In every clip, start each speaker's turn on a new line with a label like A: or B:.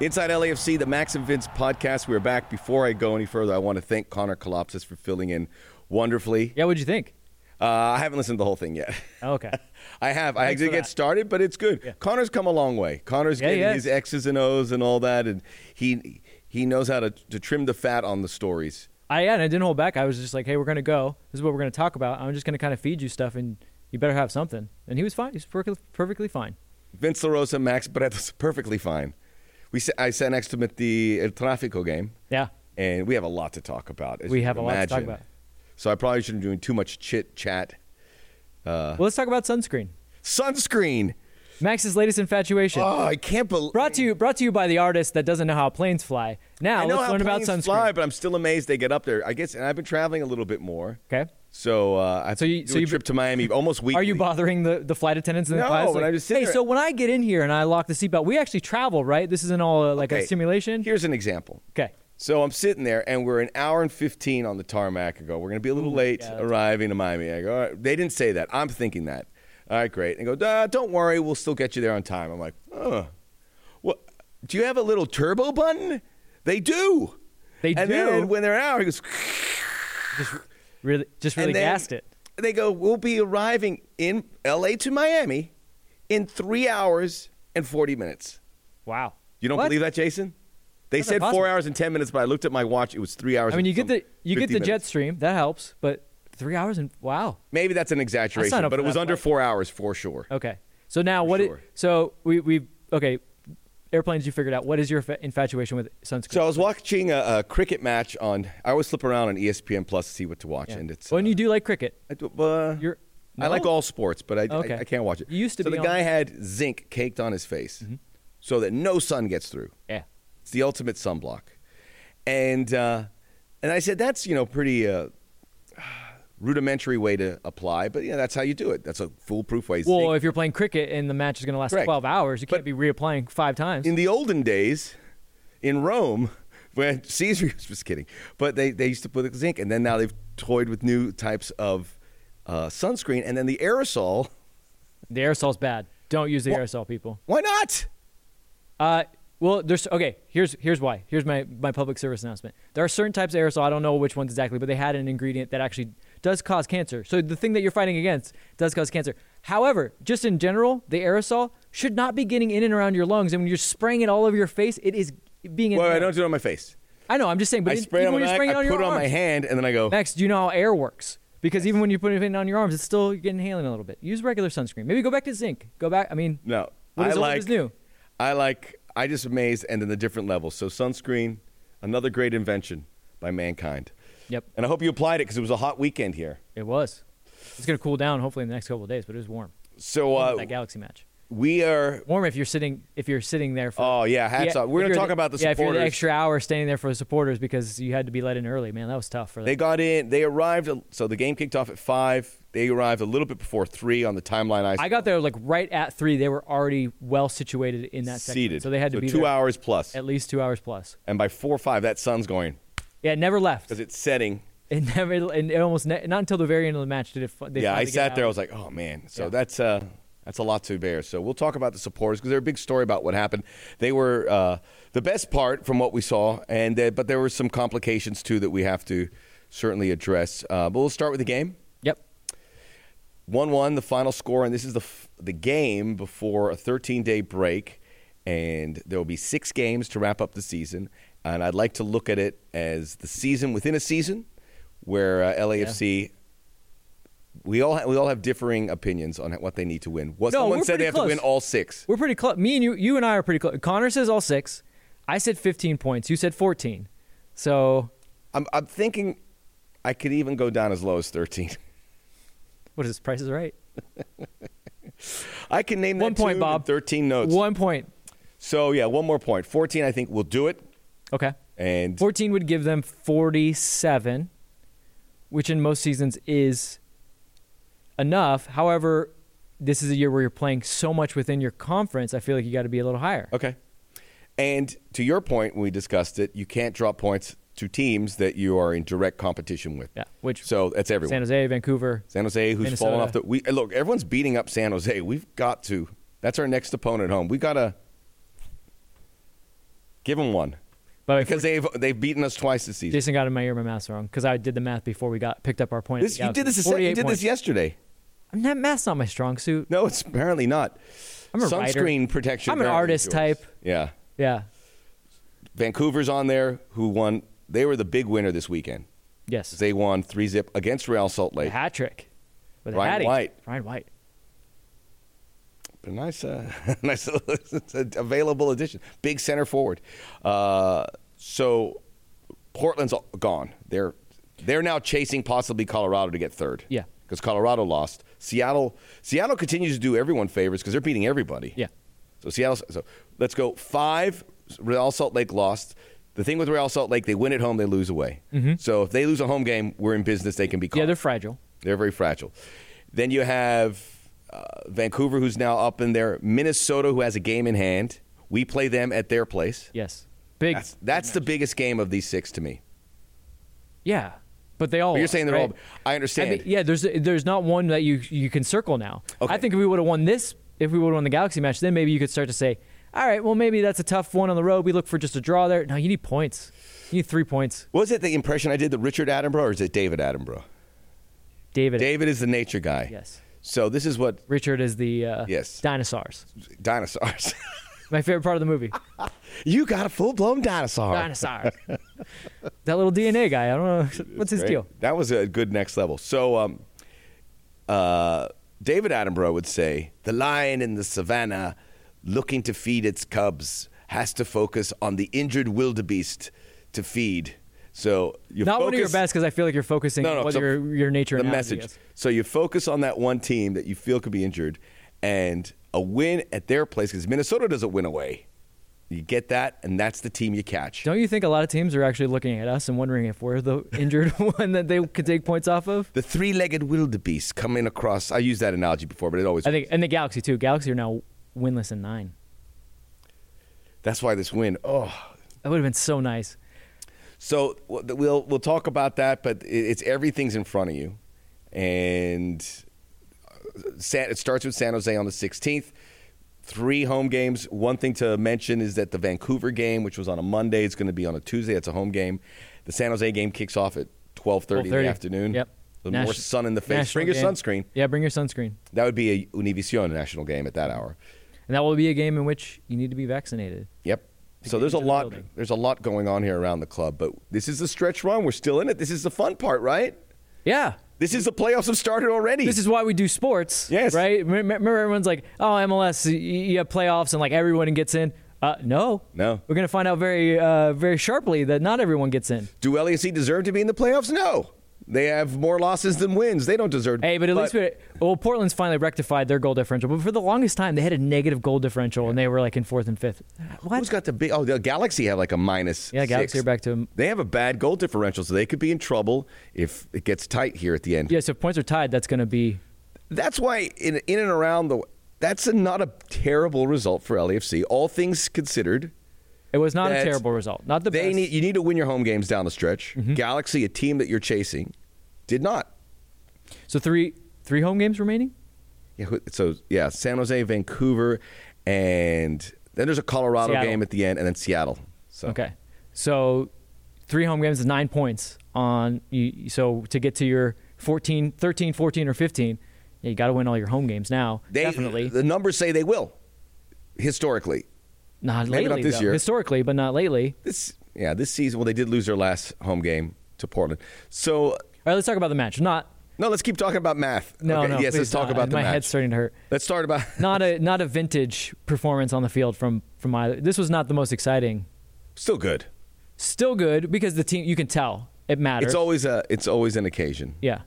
A: Inside LAFC, the Max and Vince podcast. We're back. Before I go any further, I want to thank Connor Kolopsis for filling in wonderfully.
B: Yeah, what'd you think?
A: Uh, I haven't listened to the whole thing yet.
B: Oh, okay.
A: I have. I
B: Thanks
A: did
B: for
A: get
B: that.
A: started, but it's good. Connor's come a long way. Connor's
B: Yeah, he
A: getting
B: has.
A: his X's and O's and all that, and he he knows how to, to trim the fat on the stories.
B: I yeah, and I didn't hold back. I was just like, hey, we're gonna go. This is what we're gonna talk about. I'm just gonna kind of feed you stuff, and you better have something. And he was fine. He was perfectly, perfectly fine.
A: Vince LaRosa, Max Bretos, perfectly fine. We sa- I sat next to him at the El Tráfico game,
B: Yeah.
A: and we have a lot to talk about. as
B: We
A: you
B: have
A: can
B: a lot to talk
A: imagine.
B: about.
A: So I probably shouldn't be doing too much chit chat. Uh.
B: well, let's talk about sunscreen.
A: Sunscreen.
B: Max's latest infatuation.
A: Oh, I can't believe.
B: brought to you, brought to you by the artist that doesn't know how planes fly. Now
A: I know
B: let's
A: how
B: learn about
A: planes
B: sunscreen.
A: Fly, but I'm still amazed they get up there. I guess, and I've been traveling a little bit more.
B: Okay.
A: So uh, I
B: So you-
A: do
B: so
A: a
B: you've
A: trip to Miami almost weekly.
B: Are you bothering the, the flight attendants in the
A: No,
B: class?
A: when I just sit
B: hey,
A: there-
B: so when I get in here and I lock the seatbelt, we actually travel, right? This isn't all uh, like
A: Okay,
B: a simulation.
A: Here's an example.
B: Okay.
A: So I'm sitting there, and we're an hour and 15 on the tarmac. I go, we're going to be a little late
B: yeah, that's-
A: arriving to Miami. I go, all right. They didn't say that. I'm thinking that. All right, great. And go, "Duh, don't worry. We'll still get you there on time. I'm like, oh. Well, do you have a little turbo button? They do.
B: They
A: and
B: do.
A: then when they're out, he goes,
B: Just really, just really
A: and then
B: gassed it.
A: They go, we'll be arriving in L.A. to Miami in three hours and 40 minutes.
B: Wow.
A: You don't
B: What?
A: believe that, Jason? They
B: How's that
A: said
B: possible?
A: four hours and ten minutes, but I looked at my watch. It was three hours.
B: I
A: and
B: mean, you get
A: some
B: the you get
A: 50
B: the jet
A: minutes.
B: stream that helps, but three hours and wow.
A: Maybe that's an
B: I signed
A: exaggeration,
B: up
A: but
B: for
A: it was
B: that
A: under
B: flight.
A: four hours for sure.
B: Okay. So now what? it-
A: sure.
B: so we we okay. Airplanes, you figured out. What is your fa- infatuation with sunscreen?
A: So I was watching a, a cricket match on. I always flip around on E ESPN Plus to see what to watch, and it's.
B: when
A: uh,
B: you do like cricket,
A: I, do- uh,
B: you're.
A: I like
B: No?
A: all sports, but I, I-
B: Okay.
A: I, can't watch it.
B: You used to
A: so
B: be
A: the
B: on- Mm-hmm.
A: guy had zinc caked on his face, so that no sun gets through.
B: Yeah.
A: It's the ultimate sunblock, and uh, and I said that's you know pretty uh, rudimentary way to apply, but yeah, that's how you do it. That's a foolproof way.
B: Well,
A: Zinc-
B: if you're playing cricket and the match is going to last
A: Correct.
B: 12 hours, you can't
A: But-
B: be reapplying five times.
A: in the olden days, in Rome, when Caesar just kidding, but they they used to put zinc, and then now they've toyed with new types of uh, sunscreen, and then the aerosol.
B: the aerosol's bad. Don't use the aerosol, people.
A: Why not?
B: Uh, well, there's okay. Here's here's why. Here's my my public service announcement. There are certain types of aerosol. I don't know which ones exactly, but they had an ingredient that actually does cause cancer. So the thing that you're fighting against does cause cancer. However, just in general, the aerosol should not be getting in and around your lungs. And when you're spraying it all over your face, it is being. in-
A: Well, I don't do it on my face.
B: I know. I'm just saying. But
A: I
B: in-
A: spray it
B: even
A: on my
B: when you're
A: back,
B: spraying it
A: I
B: on your
A: put it on my
B: arms-
A: hand, and then I go.
B: Max, do you know how air works? Because even when you put it on your arms, it's still getting inhaling a little bit. Use regular sunscreen. Maybe go back to zinc. Go back. I mean,
A: No,
B: What is
A: I
B: old
A: like
B: is new.
A: I like. I just amazed, and then the different levels. So sunscreen, another great invention by mankind.
B: Yep.
A: And I hope you applied it because it was a hot weekend here.
B: It was. It's gonna cool down hopefully in the next couple of days, but it was warm.
A: So
B: Warm at
A: uh,
B: that Galaxy match.
A: we are.
B: Warm if you're sitting if you're sitting there for.
A: Oh yeah, hats
B: Yeah,
A: off. We're
B: if
A: gonna
B: you're
A: talk about the
B: yeah, if you're
A: supporters.
B: the extra hour standing there for the supporters because you had to be let in early, man, that was tough for them.
A: They got in. They arrived. So the game kicked off at five. They arrived a little bit before three on the timeline. I,
B: I got there like right at three. They were already well situated in that section,
A: seated.
B: so they had to be
A: two
B: there
A: hours plus.
B: at least two hours plus.
A: And by four or five, that sun's going
B: Yeah, it never left.
A: because it's setting.
B: It never, and it almost ne- not until the very end of the match did it. fi- They
A: yeah, I
B: finally get
A: sat
B: out.
A: there. I was like, oh man. So
B: Yeah.
A: that's uh, that's a lot to bear. So we'll talk about the supporters because they're a big story about what happened. They were uh, the best part from what we saw, and uh, but there were some complications too that we have to certainly address. Uh, but we'll start with the game.
B: Yep.
A: one one the final score and this is the f- the game before a 13 day break and there will be six games to wrap up the season and i'd like to look at it as the season within a season where uh, lafc we all ha- we all have differing opinions on what they need to win what
B: No,
A: someone
B: we're
A: said
B: pretty
A: they have
B: close.
A: to win all six
B: We're pretty close. Me and you, you and I are pretty close. Connor says all six. I said 15 points. You said 14. So
A: i'm i'm thinking i could even go down as low as 13
B: what is this? Price is right.
A: i can name
B: One
A: that
B: point,
A: tune in
B: Bob.
A: 13 notes
B: One point.
A: so yeah one more point 14 i think will do it
B: Okay.
A: and
B: 14 would give them 47, which in most seasons is enough. However, this is a year where you're playing so much within your conference. I feel like you got to be a little higher.
A: Okay. And to your point, when we discussed it, you can't drop points to teams that you are in direct competition with.
B: Yeah, which-
A: so that's everyone.
B: San Jose, Vancouver.
A: San Jose, who's
B: Minnesota.
A: fallen off the. We look, everyone's beating up San Jose. We've got to. That's our next opponent home. We gotta. Give them one
B: By the way,
A: because they've they've beaten us twice this season.
B: Jason got in my ear my math wrong because I did the math before we got picked up our point. at
A: This,
B: the
A: you did
B: Galaxy.
A: this. a- You
B: 48
A: did
B: points.
A: this yesterday.
B: I'm not math's not my strong suit.
A: No, it's apparently not.
B: I'm a writer.
A: Sunscreen protection.
B: I'm an
A: apparently
B: artist
A: is yours.
B: type.
A: Yeah.
B: Yeah.
A: Vancouver's on there. Who won? They were the big winner this weekend.
B: Yes.
A: They won three zip against Real Salt
B: A
A: Lake.
B: hat trick. With a
A: Ryan
B: hattie.
A: White.
B: Ryan White.
A: A nice, uh, nice available addition. Big center forward. Uh, so Portland's all- gone. They're they're now chasing possibly Colorado to get third.
B: Yeah.
A: because Colorado lost. Seattle Seattle continues to do everyone favors because they're beating everybody.
B: Yeah.
A: So Seattle. So let's go five. Real Salt Lake lost. The thing with Real Salt Lake, they win at home, they lose away. So if they lose a home game, we're in business. They can be caught.
B: Mm-hmm. Yeah, they're fragile.
A: They're very fragile. Then you have uh, Vancouver, who's now up in there. Minnesota, who has a game in hand. We play them at their place.
B: Yes. Big.
A: That's, that's the biggest game of these six to me.
B: yeah. But they all.
A: But you're saying they're
B: right?
A: all. I understand.
B: Oh, I mean, yeah, there's there's not one that you you can circle now.
A: Okay.
B: I think if we would have won this, if we would have won the Galaxy match, then maybe you could start to say, all right, well maybe that's a tough one on the road. We look for just a draw there. No, you need points. You need three points,
A: Was it the impression I did that Richard Attenborough or is it David Attenborough?
B: David.
A: David is the nature guy.
B: Yes.
A: So this is what
B: Richard is the uh,
A: Yes.
B: dinosaurs.
A: dinosaurs.
B: My favorite part of the movie,
A: you got a full blown dinosaur.
B: dinosaurs. that little DNA guy. I don't know what's his
A: Great.
B: deal.
A: That was a good next level. So, um, uh, David Attenborough would say, "The lion in the savannah, looking to feed its cubs, has to focus on the injured wildebeest to feed." So, you
B: Not
A: focus,
B: one of your best because I feel like you're focusing
A: No, no,
B: on what
A: so
B: your your nature.
A: The
B: analogy
A: message.
B: is.
A: So you focus on that one team that you feel could be injured, and a win at their place because Minnesota doesn't win away. You get that, and that's the team you catch.
B: Don't you think a lot of teams are actually looking at us and wondering if we're the injured one that they could take points off of?
A: the three-legged wildebeest coming across. I used that analogy before, but it always
B: I think, and the Galaxy too. Galaxy are now winless in nine.
A: That's why this win. Oh,
B: That would have been so nice.
A: so w- we'll we'll talk about that, but i- it's everything's in front of you, and uh, San, it starts with San Jose on the 16th. Three home games. One thing to mention is that the Vancouver game, which was on a Monday, it's going to be on a Tuesday. It's a home game. The San Jose game kicks off at 12:30 in the
B: 12:30.
A: afternoon.
B: Yep.
A: So
B: Nation-
A: more sun in the face.
B: national
A: Bring your
B: game.
A: sunscreen.
B: Yeah, bring your sunscreen,
A: That would be a Univision national game at that hour.
B: and that will be a game in which you need to be vaccinated.
A: Yep.
B: To
A: So
B: get
A: there's a
B: into the
A: lot
B: building.
A: there's a lot going on here around the club, but this is the stretch run. We're still in it. This is the fun part, right?
B: Yeah,
A: This is the playoffs have started already.
B: this is why we do sports.
A: Yes.
B: right. Me- me- Remember, everyone's like, "Oh, MLS, y- y- you have playoffs, and like everyone gets in." Uh, no,
A: No.
B: We're gonna find out very, uh, very sharply that not everyone gets in.
A: Do LAFC deserve to be in the playoffs? No. They have more losses than wins. They don't deserve
B: Hey, but at least we well, Portland's finally rectified their goal differential. But for the longest time, they had a negative goal differential, and they were like in fourth and fifth.
A: who's
B: What?
A: got the big oh the Galaxy have like a minus
B: Yeah, Galaxy
A: six.
B: are back to
A: They have a bad goal differential, so they could be in trouble if it gets tight here at the end.
B: yeah. So if points are tied. That's gonna be
A: That's why in in and around the that's a, not a terrible result for LAFC, all things considered.
B: It was not a
A: That's-
B: terrible result. Not the
A: they
B: best. Mm-hmm.
A: need you need to win your home games down the stretch. Galaxy, a team that you're chasing, did not.
B: so three three home games remaining.
A: Yeah, who- so yeah, San Jose, Vancouver, and then there's a Colorado
B: Seattle.
A: game at the end, and then Seattle. So
B: Okay, so three home games is nine points on you. So to get to your 14, 13, 14, or fifteen, yeah, you got to win all your home games now.
A: they,
B: Definitely
A: the numbers say they will. Historically,
B: not
A: maybe
B: lately.
A: not this
B: though.
A: year.
B: historically, but not lately.
A: this yeah, this season. Well, they did lose their last home game to Portland. So
B: All right, let's talk about the match. Not
A: no, let's keep talking about math.
B: no
A: okay,
B: no.
A: yes, let's
B: please,
A: talk
B: uh,
A: about the
B: my
A: match.
B: head's starting to hurt.
A: Let's start about
B: Not a not a vintage performance on the field from from either. This was not the most exciting.
A: still good.
B: Still good because the team you can tell it matters.
A: It's always a it's always an occasion.
B: yeah,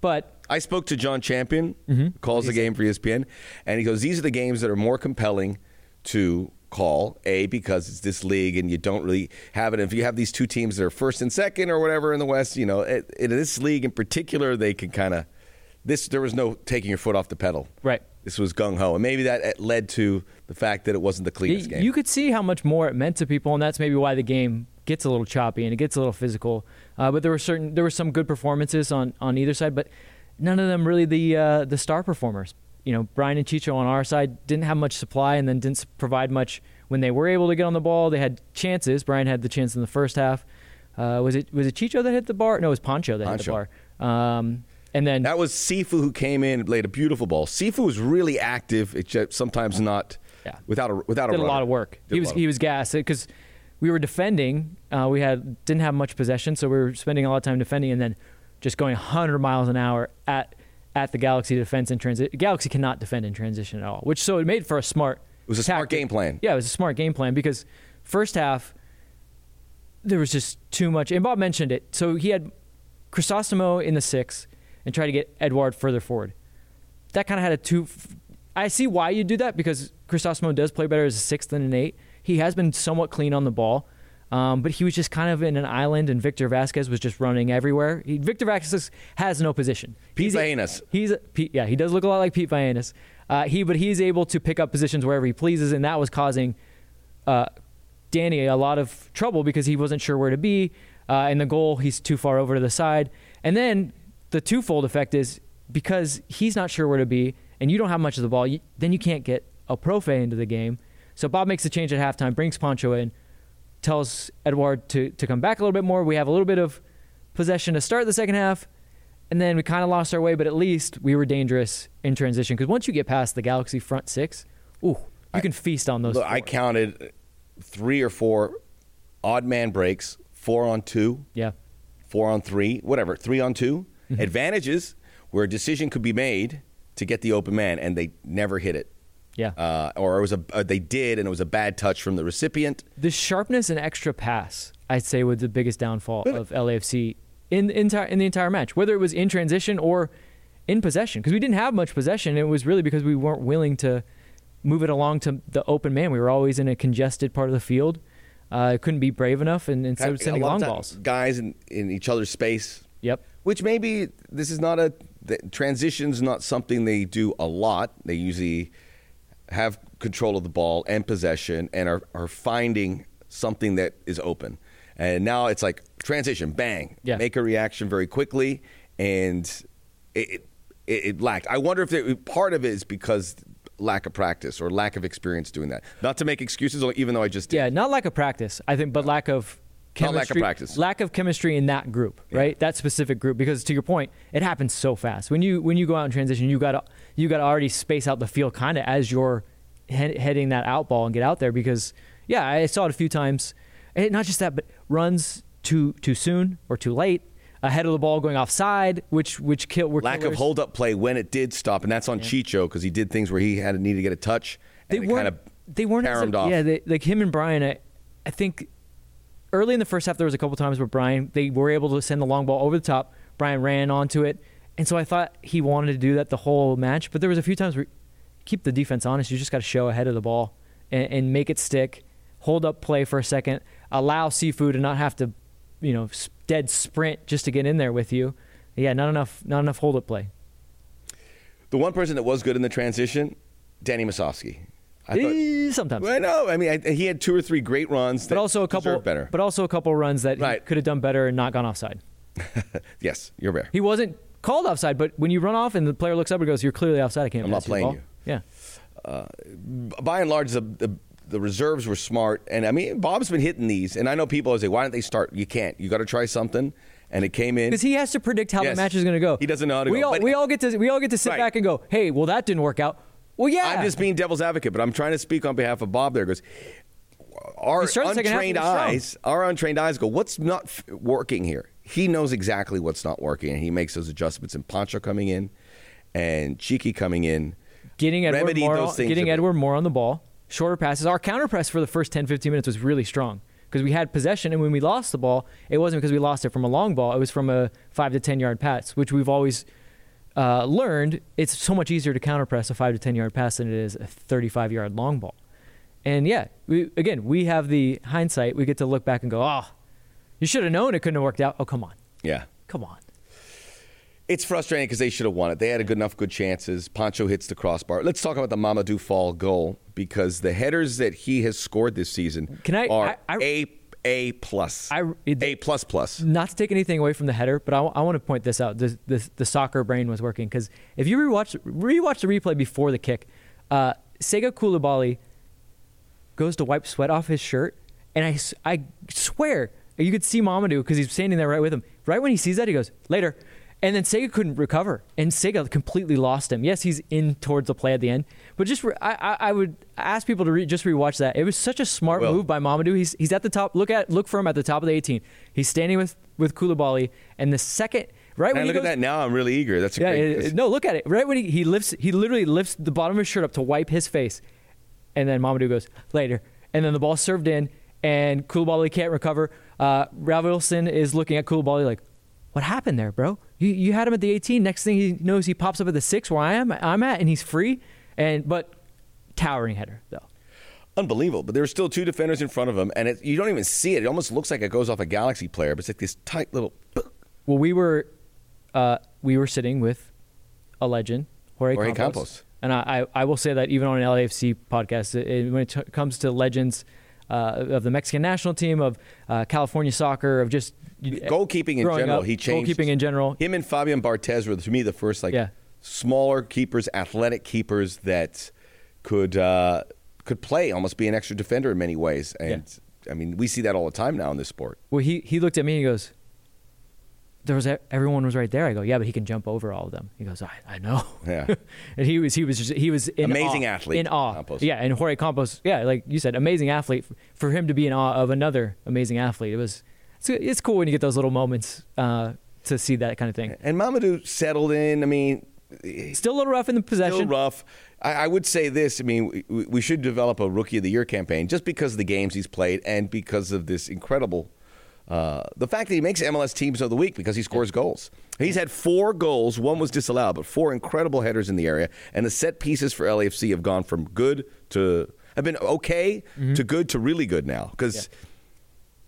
B: but
A: I spoke to John Champion,
B: Mm-hmm.
A: who calls the game for E ESPN, and he goes, "These are the games that are more compelling to call. A because it's this league, and you don't really have it. If you have these two teams that are first and second or whatever in the West, you know, it, in this league in particular, they can kind of this. There was no taking your foot off the pedal.
B: Right.
A: This was gung ho, and maybe that uh, led to the fact that it wasn't the
B: Y-
A: cleanest game.
B: You could see how much more it meant to people, and that's maybe why the game gets a little choppy and it gets a little physical. Uh, but there were certain there were some good performances on on either side, but none of them really the uh, the star performers. you know, Brian and Chicho on our side didn't have much supply and then didn't s- provide much when they were able to get on the ball. They had chances. Brian had the chance in the first half. Uh, was it was it Chicho that hit the bar? No, it was Poncho that
A: Pancho.
B: hit the bar. Um, and then
A: That was Sifu who came in and played a beautiful ball. Sifu was really active. It's just sometimes not
B: Yeah.
A: without a without
B: did
A: a,
B: a lot of work. he was he was gassed because we were defending. Uh, we had didn't have much possession, so we were spending a lot of time defending, and then just going 100 miles an hour at at the Galaxy defense in transition. Galaxy cannot defend in transition at all, which so it made for a smart. It
A: was a smart game plan.
B: Yeah, it was a smart game plan because first half there was just too much. And Bob mentioned it. So he had Chrysostomo in the six and tried to get Edward further forward. That kind of had a two. I see why you do that because Chrysostomo does play better as a six than an eight. He has been somewhat clean on the ball, um, but he was just kind of in an island, and Victor Vasquez was just running everywhere. He, Victor Vasquez has no position.
A: Pete
B: He's a-
A: Vainus.
B: He's a, Pete, yeah, he does look a lot like Pete Vianis. Uh, he, but he's able to pick up positions wherever he pleases, and that was causing uh, Danny a lot of trouble because he wasn't sure where to be. Uh, and the goal, he's too far over to the side. And then the twofold effect is because he's not sure where to be, and you don't have much of the ball, you, then you can't get a profe into the game. So Bob makes a change at halftime, brings Poncho in, tells Edward to, to come back a little bit more. We have a little bit of possession to start the second half, and then we kind of lost our way, but at least we were dangerous in transition. Because once you get past the Galaxy front six, ooh, you can feast on those.
A: Look, I
B: four.
A: counted three or four odd man breaks, four on two,
B: Yeah. Mm-hmm.
A: four on three, whatever, three on 2 advantages where a decision could be made to get the open man, and they never hit it.
B: Yeah.
A: Uh, or it was a uh, they did, and it was a bad touch from the recipient.
B: the sharpness and extra pass, I'd say, was the biggest downfall of LAFC in the entire in the entire match, whether it was in transition or in possession, because we didn't have much possession. It was really because we weren't willing to move it along to the open man. We were always in a congested part of the field. Uh, couldn't be brave enough, and instead of
A: A
B: sending
A: lot
B: long
A: of time-
B: balls.
A: Guys in, in each other's space.
B: Yep.
A: Which maybe this is not a the transition's not something they do a lot. They usually have control of the ball and possession and are, are finding something that is open. And now it's like transition, bang,
B: Yeah.
A: make a reaction very quickly, and it, it it lacked. I wonder if it, part of it is because lack of practice or lack of experience doing that. Not to make excuses, even though I just did.
B: Yeah, not lack of practice, I think, but lack of
A: Not
B: chemistry.
A: lack of practice.
B: Lack of chemistry in that group, right? That specific group, because to your point, it happens so fast. When you when you go out in transition, you got to you got to already space out the field kind of as you're he- heading that out ball and get out there. Because yeah, I saw it a few times. And not just that, but runs too too soon or too late. Ahead of the ball, going offside, which which kill were
A: lack of
B: killers.
A: hold up play when it did stop, and that's on Chicho because he did things where he had a need to get a touch. And kind of
B: they weren't as-
A: caromed off.
B: Yeah, they, like him and Brian. I, I think early in the first half there was a couple times where Brian they were able to send the long ball over the top. Brian ran onto it, and so I thought he wanted to do that the whole match. But there was a few times where keep the defense honest. You just got to show ahead of the ball and, and make it stick. Hold up play for a second. Allow Sifu to not have to, you know, s- dead sprint just to get in there with you. Yeah, not enough, not enough hold up play.
A: the one person that was good in the transition, Danny Masofsky. I thought.
B: Eh, Sometimes.
A: Well, I know. I mean, I, he had two or three great runs,
B: but also a couple
A: better.
B: But also a couple runs that he
A: Right.
B: could have done better and not gone offside.
A: yes, you're there.
B: He wasn't called offside, but when you run off and the player looks up and goes, "You're clearly offside. I can't."
A: I'm not
B: pass the
A: playing
B: ball."
A: you.
B: Yeah,
A: By and large, the, the the reserves were smart, and I mean, Bob's been hitting these, and I know people always say, "Why don't they start?" You can't. You got to try something, and it came in.
B: because he has to predict how
A: Yes.
B: the match is going to go.
A: He doesn't know how to
B: we
A: go,
B: All,
A: but-
B: we all get to we all get to sit
A: Right.
B: back and go, "Hey, well that didn't work out." Well, yeah.
A: I'm just being devil's advocate, but I'm trying to speak on behalf of Bob. There goes our
B: You started the second half
A: untrained
B: with a strong.
A: eyes. Our untrained eyes go. What's not f- working here? He knows exactly what's not working, and he makes those adjustments. And Pancho coming in, and Cheeky coming in,
B: getting Edward
A: remedied
B: more,
A: those things a
B: getting
A: bit.
B: Edward more on the ball, shorter passes. Our counter press for the first 10, 15 minutes was really strong because we had possession, and when we lost the ball, it wasn't because we lost it from a long ball. It was from a five to ten yard pass, which we've always uh, learned. It's so much easier to counter press a five to ten yard pass than it is a thirty-five yard long ball. And yeah, we, again, we have the hindsight. We get to look back and go, "Oh, you should have known it couldn't have worked out." Oh, come on,
A: Yeah,
B: come on.
A: it's frustrating because they should have won it. They had a good enough good chances. Pancho hits the crossbar. Let's talk about the Mamadou Fall goal because the headers that he has scored this season
B: Can I-
A: are
B: I- I-
A: a A plus.
B: I- it-
A: A plus plus.
B: Not to take anything away from the header, but I want to point this out. This, this, the soccer brain was working because if you rewatch rewatch the replay before the kick, uh, Sega Koulibaly goes to wipe sweat off his shirt, and I, s- I swear you could see Mamadou because he's standing there right with him. Right when he sees that, he goes later, and then Sega couldn't recover, and Sega completely lost him. Yes, he's in towards the play at the end, but just re- I, I, I would ask people to re- just rewatch that. It was such a smart
A: Well-
B: move by Mamadou. He's he's at the top. Look at look for him at the top of the 18. He's standing with with Koulibaly, and the second right
A: Man,
B: when he
A: look at
B: goes,
A: that now. I'm really eager. That's a
B: yeah,
A: great.
B: it-
A: that's-
B: it- no, look at it. Right when he, he lifts, he literally lifts the bottom of his shirt up to wipe his face, and then Mamadou goes later, and then the ball's served in, and Koulibaly can't recover. Uh, Ravelson is looking at Koulibaly like, "What happened there, bro? You you had him at the 18. Next thing he knows, he pops up at the six where I am, I'm at, and he's free. And but towering header though.
A: unbelievable. But there were still two defenders in front of him, and it, you don't even see it. It almost looks like it goes off a Galaxy player, but it's like this tight little.
B: Well, we were uh, we were sitting with a legend, Jorge,
A: Jorge
B: Campos.
A: Campos.
B: And I, I, I will say that even on an LAFC podcast, it- it- when it t- comes to legends uh, of the Mexican national team, of uh, California soccer, of just
A: Goalkeeping in
B: growing
A: general,
B: up,
A: he changed.
B: Goalkeeping in general,
A: Him and Fabian Barthez were, to me, the first like
B: Yeah.
A: smaller keepers, athletic keepers that could uh, could play, almost be an extra defender in many ways. And I mean, we see that all the time now in this sport.
B: Well, he he looked at me and he goes, "There was e- everyone was right there." I go, "Yeah, but he can jump over all of them." He goes, "I, I know."
A: Yeah.
B: and he was he was just, he was in
A: Amazing
B: awe-
A: athlete,
B: in awe.
A: Campos.
B: Yeah, and Jorge Campos, yeah, like you said, amazing athlete. F- For him to be in awe of another amazing athlete, it was it's, it's cool when you get those little moments uh, to see that kind of thing.
A: And Mamadou settled in. I mean,
B: Still a little rough in the possession.
A: still rough. I, I would say this. I mean, we, we should develop a rookie of the year campaign just because of the games he's played and because of this incredible, uh, the fact that he makes MLS teams of the week because he scores goals. He's had four goals. One was disallowed, but four incredible headers in the area. And the set pieces for LAFC have gone from good to have been okay
B: Mm-hmm.
A: to good to really good now because.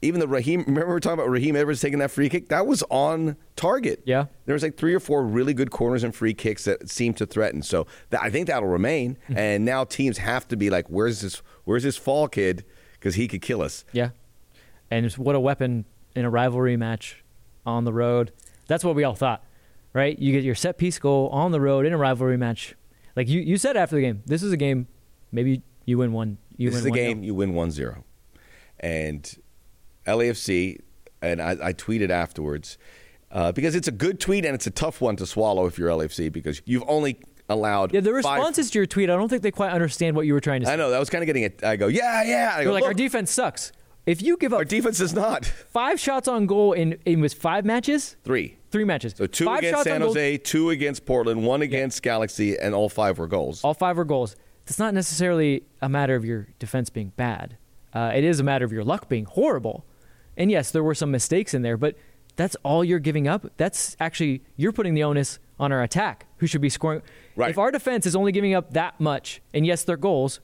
A: Even the Raheem, remember we were talking about Raheem Evers taking that free kick? That was on target.
B: Yeah.
A: There was like three or four really good corners and free kicks that seemed to threaten. So that, I think that'll remain.
B: Hmm.
A: And now teams have to be like, where's this, where's this fall kid? Because he could kill us.
B: Yeah. And it's- what a weapon in a rivalry match on the road. That's what we all thought, right? You get your set piece goal on the road in a rivalry match. Like you, you said after the game, this is a game, maybe you win one. You
A: this
B: win
A: is a
B: one
A: game you win 1-0 and lafc and i, I tweeted afterwards uh, because it's a good tweet and it's a tough one to swallow if you're lafc because you've only allowed
B: Yeah, the
A: five-
B: responses to your tweet, I don't think they quite understand what you were trying to say.
A: i know that was kind of getting it i go yeah yeah I
B: They're
A: go,
B: like,
A: "Look,
B: our defense sucks. If you give
A: our
B: up
A: defense is not
B: five shots on goal in, in was five matches,
A: three
B: three matches.
A: so two
B: five
A: against
B: shots on
A: san
B: goal,
A: jose two against portland one against galaxy and all five were goals
B: all five were goals. It's not necessarily a matter of your defense being bad. Uh, it is a matter of your luck being horrible. And yes, there were some mistakes in there, but that's all you're giving up. That's actually you're putting the onus on our attack, who should be scoring.
A: Right.
B: If our defense is only giving up that much, and yes, they're goals,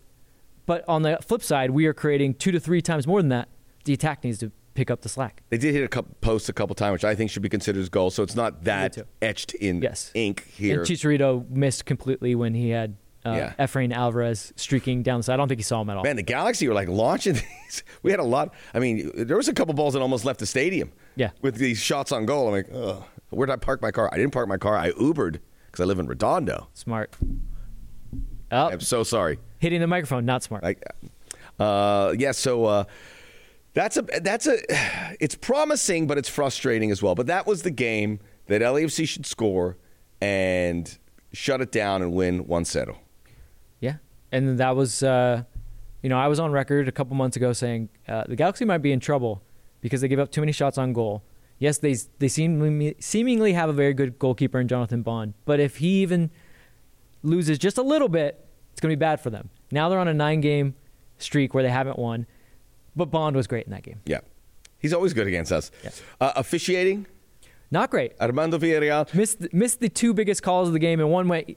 B: but on the flip side, we are creating two to three times more than that. The attack needs to pick up the slack.
A: They did hit a couple posts a couple times, which I think should be considered as goals. So it's not that
B: too.
A: etched in
B: Yes.
A: ink here.
B: And Chicharito missed completely when he had uh,
A: Yeah.
B: Efrain Alvarez streaking down the side. I don't think he saw him at all.
A: Man, the Galaxy were like launching these. We had a lot. I mean, there was a couple balls that almost left the stadium.
B: Yeah.
A: With these shots on goal, I'm like, oh, where did I park my car? I didn't park my car. I Ubered because I live in Redondo.
B: Smart. Oh,
A: I'm so sorry.
B: hitting the microphone, not smart.
A: Like, uh, yeah. So uh, that's a that's a. It's promising, but it's frustrating as well. But that was the game that LAFC should score and shut it down and win one settle.
B: yeah. And that was, uh, you know, I was on record a couple months ago saying uh, the Galaxy might be in trouble because they give up too many shots on goal. Yes, they they seemingly, seemingly have a very good goalkeeper in Jonathan Bond, but if he even loses just a little bit, it's going to be bad for them. Now they're on a nine game streak where they haven't won, but Bond was great in that game.
A: Yeah. He's always good against us. Uh, officiating,
B: Not great.
A: Armando Villarreal,
B: Missed missed the two biggest calls of the game in one way.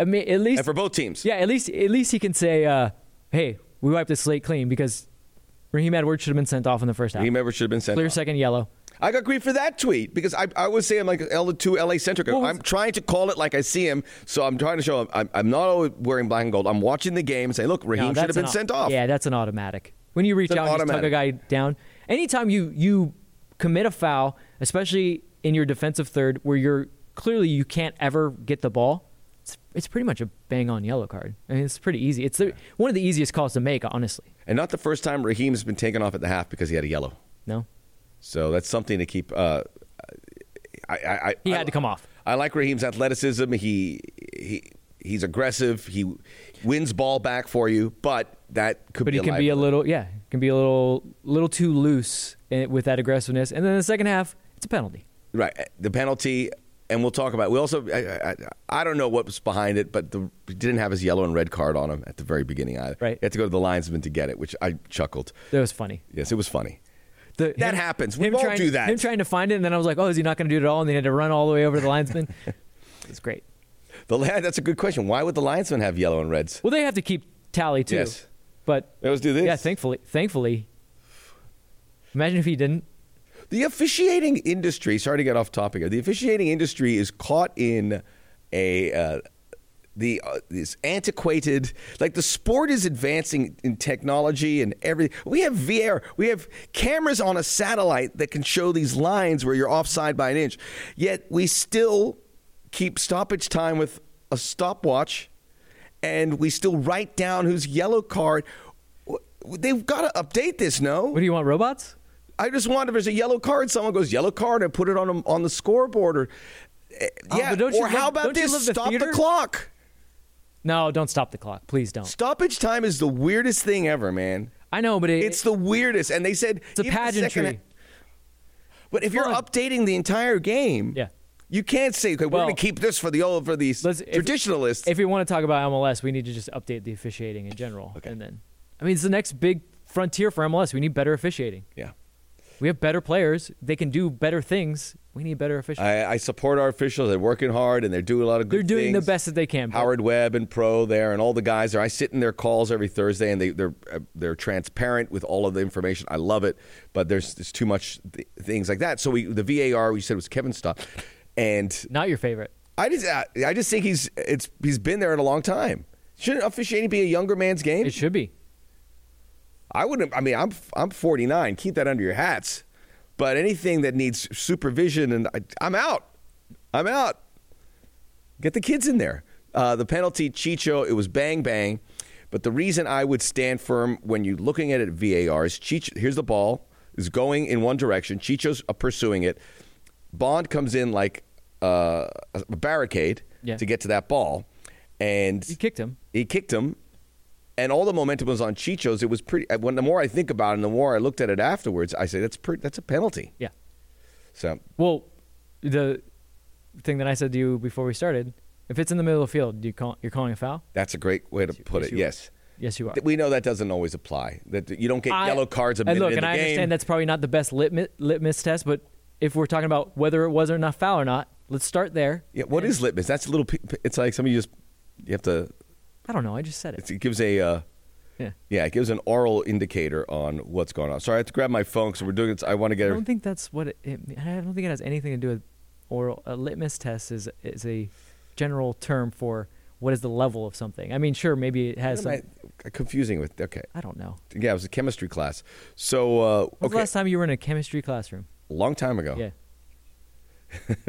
B: I mean, at least
A: and for both teams.
B: Yeah, at least at least he can say, uh, "Hey, we wiped the slate clean," because Raheem Edwards should have been sent off in the first half.
A: He never should have been sent.
B: Clear
A: off.
B: second yellow.
A: I got grief for that tweet because I, I was saying like L two LA centric.
B: What was-
A: I'm trying to call it like I see him, so I'm trying to show him I'm, I'm not always wearing black and gold. I'm watching the game and saying, look,
B: No,
A: Raheem should
B: that's
A: have been
B: an au-
A: sent off.
B: Yeah, that's an automatic. When you reach
A: an
B: out and just tug a
A: automatic.
B: guy down, anytime you you commit a foul, especially in your defensive third where you're clearly you can't ever get the ball, it's it's pretty much a bang on yellow card. I mean, it's pretty easy. It's the, one of the easiest calls to make, honestly.
A: And not the first time Raheem's been taken off at the half because he had a yellow.
B: No,
A: So that's something to keep. Uh, I, I, I,
B: he
A: I-
B: had to come off.
A: I like Raheem's athleticism. He he he's aggressive. He wins ball back for you, but that could
B: but
A: be.
B: he can be a
A: liability.
B: little yeah can be a little little too loose eh, with that aggressiveness and then the second half it's a penalty
A: right. The penalty, and we'll talk about. It. We also I, I, I don't know what was behind it, but the, he didn't have his yellow and red card on him at the very beginning either.
B: Right.
A: You had to go to the linesman to get it, which I chuckled.
B: that was funny
A: Yes, it was funny.
B: The-
A: That happens. We all
B: trying,
A: do that.
B: him trying to find it and then i was like oh is he not going to do it at all and then he had to run all the way over to the linesman it's great
A: The la- that's a good question. Why would the linesman have yellow and reds?
B: well they have to keep tally too
A: Yes.
B: but
A: They always do this.
B: yeah thankfully thankfully imagine if he didn't
A: The officiating industry, sorry to get off topic, here, the officiating industry is caught in a uh, the uh, this antiquated like the sport is advancing in technology and everything. We have VR, we have cameras on a satellite that can show these lines where you're offside by an inch. Yet we still keep stoppage time with a stopwatch and we still write down who's yellow card. W- They've got to update this, no?
B: what do you want robots
A: I just want if there's a yellow card, someone goes yellow card and put it on a, on the scoreboard or eh,
B: Oh,
A: yeah.
B: but don't you
A: or how
B: love-
A: about
B: don't you
A: this?
B: love the
A: Stop the
B: theater?
A: clock.
B: no don't stop the clock please don't
A: Stoppage time is the weirdest thing ever, man.
B: i know but it,
A: It's the weirdest, and they said
B: it's a
A: even the second
B: pageantry
A: ha- But if you're
B: Fun.
A: updating the entire game,
B: Yeah.
A: you can't say okay, we're
B: Well,
A: going to keep this for the old for these
B: Let's- if-
A: traditionalists.
B: If we want to talk about MLS, we need to just update the officiating in general.
A: Okay.
B: And then, I mean, it's the next big frontier for MLS. We need better officiating.
A: yeah,
B: We have better players. They can do better things. We need better officiating.
A: I, I support our officials. They're working hard and they're doing a lot of good.
B: They're doing
A: things.
B: the best that they can. but
A: Howard Webb and Pro there, and all the guys there. I sit in their calls every Thursday, and they, they're uh, they're transparent with all of the information. I love it, but there's there's too much th- things like that. So we the VAR we said was Kevin Stott, and
B: Not your favorite.
A: I just I, I just think he's it's he's been there in a long time. Shouldn't officiating be a younger man's game?
B: It should be.
A: I wouldn't. I mean, I'm I'm 49. Keep that under your hats. But anything that needs supervision, and I, I'm out. I'm out. Get the kids in there. Uh, the penalty, Chicho, it was bang bang. But the reason I would stand firm when you're looking at it VAR is Chicho. Here's the ball is going in one direction. Chicho's uh, pursuing it. Bond comes in like uh, a barricade
B: Yeah.
A: to get to that ball, and
B: You kicked him.
A: he kicked him, and all the momentum was on Chicho's. It was pretty. uh, When the more I think about it, and the more I looked at it afterwards, I say that's pretty, that's a penalty.
B: Yeah.
A: So
B: Well, the thing that I said to you before we started, if it's in the middle of the field, do you call, you're calling a foul?
A: that's a great way to put
B: yes,
A: it.
B: you-
A: Yes,
B: Yes, you are.
A: Th- we know that doesn't always apply. That you don't get
B: I-
A: yellow cards a
B: and
A: minute
B: look,
A: in
B: and
A: the
B: I
A: game.
B: understand that's probably not the best litmus, litmus test, but if we're talking about whether it was or not foul or not, let's start there.
A: yeah, what is litmus? That's a little. p- p- It's like somebody just you have to.
B: I don't know. I just said it.
A: It's, it gives a. Uh,
B: Yeah.
A: yeah, it gives an oral indicator on what's going on. Sorry, I have to grab my phone because we're doing this. I want to get.
B: I
A: every-
B: don't think that's what it, it. I don't think it has anything to do with oral. A litmus test is is a general term for what is the level of something. I mean, sure, maybe it has. Some,
A: Am I- uh, confusing with okay.
B: I don't know.
A: Yeah, it was a chemistry class. So uh,
B: When's
A: okay, Oh.
B: the last time you were in a chemistry classroom?
A: a long time ago.
B: Yeah.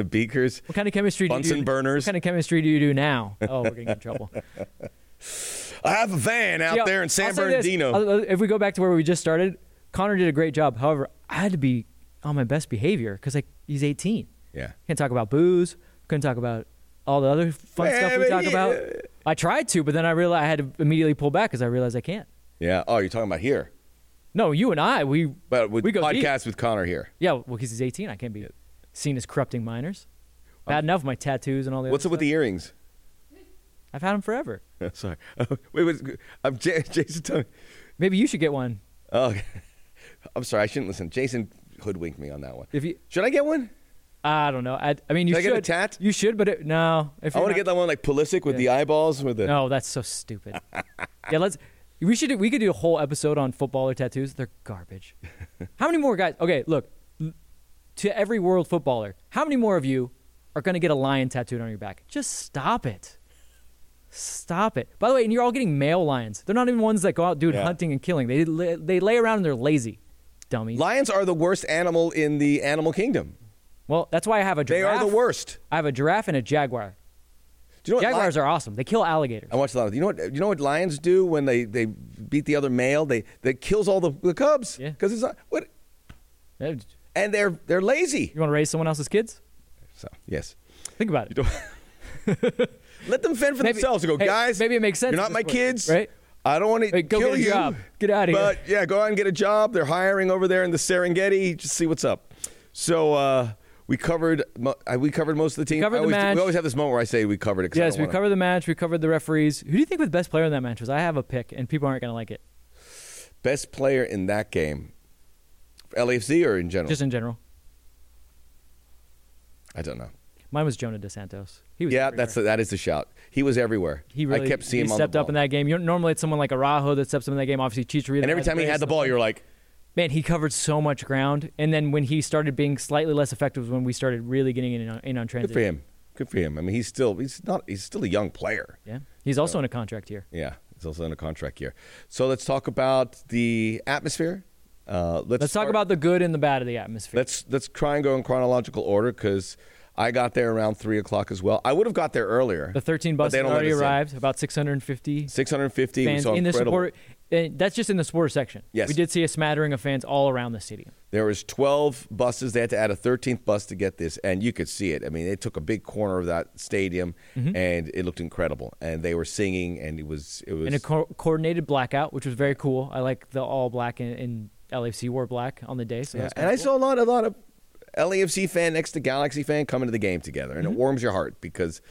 A: Beakers.
B: What kind of chemistry? do
A: Bunsen
B: you do,
A: burners.
B: What kind of chemistry do you do now? Oh, we're gonna get in trouble.
A: I have a van out
B: Yeah,
A: there in San
B: I'll say this.
A: Bernardino.
B: I'll- I'll- If we go back to where we just started, Connor did a great job. However, I had to be on my best behavior because like he's 18.
A: yeah.
B: Can't talk about booze. Couldn't talk about all the other fun
A: Yeah,
B: stuff we
A: but uh,
B: talk
A: yeah.
B: about. I tried to, but then I realized I had to immediately pull back because I realized I can't.
A: Yeah. Oh, you're talking about here.
B: No, you and I, we
A: But with
B: we go deep.
A: podcast with Connor here.
B: Yeah, well, because he's 18, I can't be seen as corrupting minors. Bad enough my tattoos and all the.
A: What's
B: other
A: up with
B: stuff.
A: the earrings?
B: I've had them forever.
A: Sorry. wait, wait. I'm J- Jason. Tell me.
B: Maybe you should get one.
A: Oh, okay. I'm sorry. I shouldn't listen. Jason hoodwinked me on that one.
B: If you,
A: Should I get one?
B: I don't know. I, I mean, you
A: Should I
B: should
A: get a tat?
B: You should, but it, no. If
A: I
B: you're
A: want to
B: not-
A: get that one like Pulisic with the eyeballs with the.
B: No, Oh, that's so stupid. yeah, let's. We should. do- We could do a whole episode on footballer tattoos. They're garbage. how many more guys? Okay, look. l- To every world footballer, how many more of you are going to get a lion tattooed on your back? Just stop it. Stop it. By the way, and you're all getting male lions. They're not even ones that go out dude
A: Yeah.
B: hunting and killing. They li- they lay around and they're lazy. dummies.
A: Lions are the worst animal in the animal kingdom.
B: well, that's why I have a
A: They
B: giraffe.
A: are the worst.
B: I have a giraffe and a jaguar.
A: Do you know what
B: Jaguars
A: li-
B: are awesome. They kill alligators.
A: I watch a lot of. You know what? You know what lions do when they, they beat the other male? They they kills all the, the cubs.
B: Yeah.
A: Because it's not what.
B: Eh,
A: And they're they're lazy.
B: You want to raise someone else's kids?
A: So yes,
B: Think about it.
A: let them fend for
B: Maybe-
A: themselves. And go,
B: hey,
A: guys.
B: maybe it makes sense
A: You're
B: at
A: not
B: this
A: my
B: point,
A: kids,
B: right?
A: I don't want to
B: Hey, go
A: kill
B: get a
A: you.
B: job. Get outta here.
A: But yeah, go out and get a job. They're hiring over there in the Serengeti. Just see what's up. So uh, we covered. mo- I- We covered most of the team.
B: covered
A: I
B: the
A: always,
B: match.
A: We always have this moment where I say we covered it. 'cause I
B: yes,
A: don't
B: we
A: wanna-
B: covered the match. We covered the referees. Who do you think was best player in that match? Was I have a pick, and people aren't going to like it.
A: best player in that game. LAFC or in general?
B: Just in general,
A: I don't know.
B: mine was Jonah DeSantos. He was
A: Yeah,
B: everywhere.
A: that's that is the shout. He was everywhere.
B: He really
A: I kept seeing
B: he
A: him on
B: stepped
A: the
B: up in
A: ball.
B: that game. You know, normally it's someone like Araujo that steps up in that game. Obviously, Chicharito.
A: And every
B: had the
A: time he
B: greatest-
A: had the ball, you're like,
B: man, he covered so much ground. And then when he started being slightly less effective was when we started really getting in on, in on
A: good
B: transition.
A: for him. Good for him. I mean, he's still he's not he's still a young player.
B: Yeah, he's also in a contract here.
A: Yeah, he's also under contract here. So let's talk about the atmosphere. Uh, let's
B: Let's talk
A: start-
B: about the good and the bad of the atmosphere.
A: Let's let's try and go in chronological order because I got there around three o'clock as well. I would have got there earlier.
B: the 13
A: but
B: buses
A: they don't let
B: already
A: us in.
B: arrived, about 650
A: 650 we
B: fans
A: saw
B: in the
A: incredible-
B: supporter. And that's just in the supporter section.
A: Yes.
B: we did see a smattering of fans all around the stadium.
A: There was 12 buses. They had to add a 13th bus to get this, and you could see it. I mean, they took a big corner of that stadium, and it looked incredible. And they were singing, and it was it was
B: in a co- coordinated blackout, which was very cool. I like the all black and, and LAFC wore black on the day. So
A: Yeah,
B: that's
A: And I saw a lot a lot of LAFC fan next to Galaxy fan coming to the game together,
B: Mm-hmm.
A: and it warms your heart because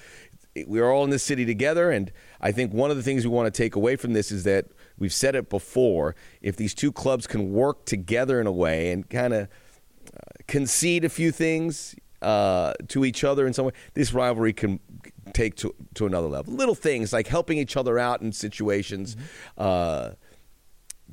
A: it- we're all in this city together. And I think one of the things we want to take away from this is that we've said it before: if these two clubs can work together in a way and kind of concede a few things uh, to each other in some way, this rivalry can take to to another level. Little things like helping each other out in situations.
B: Mm-hmm.
A: Uh,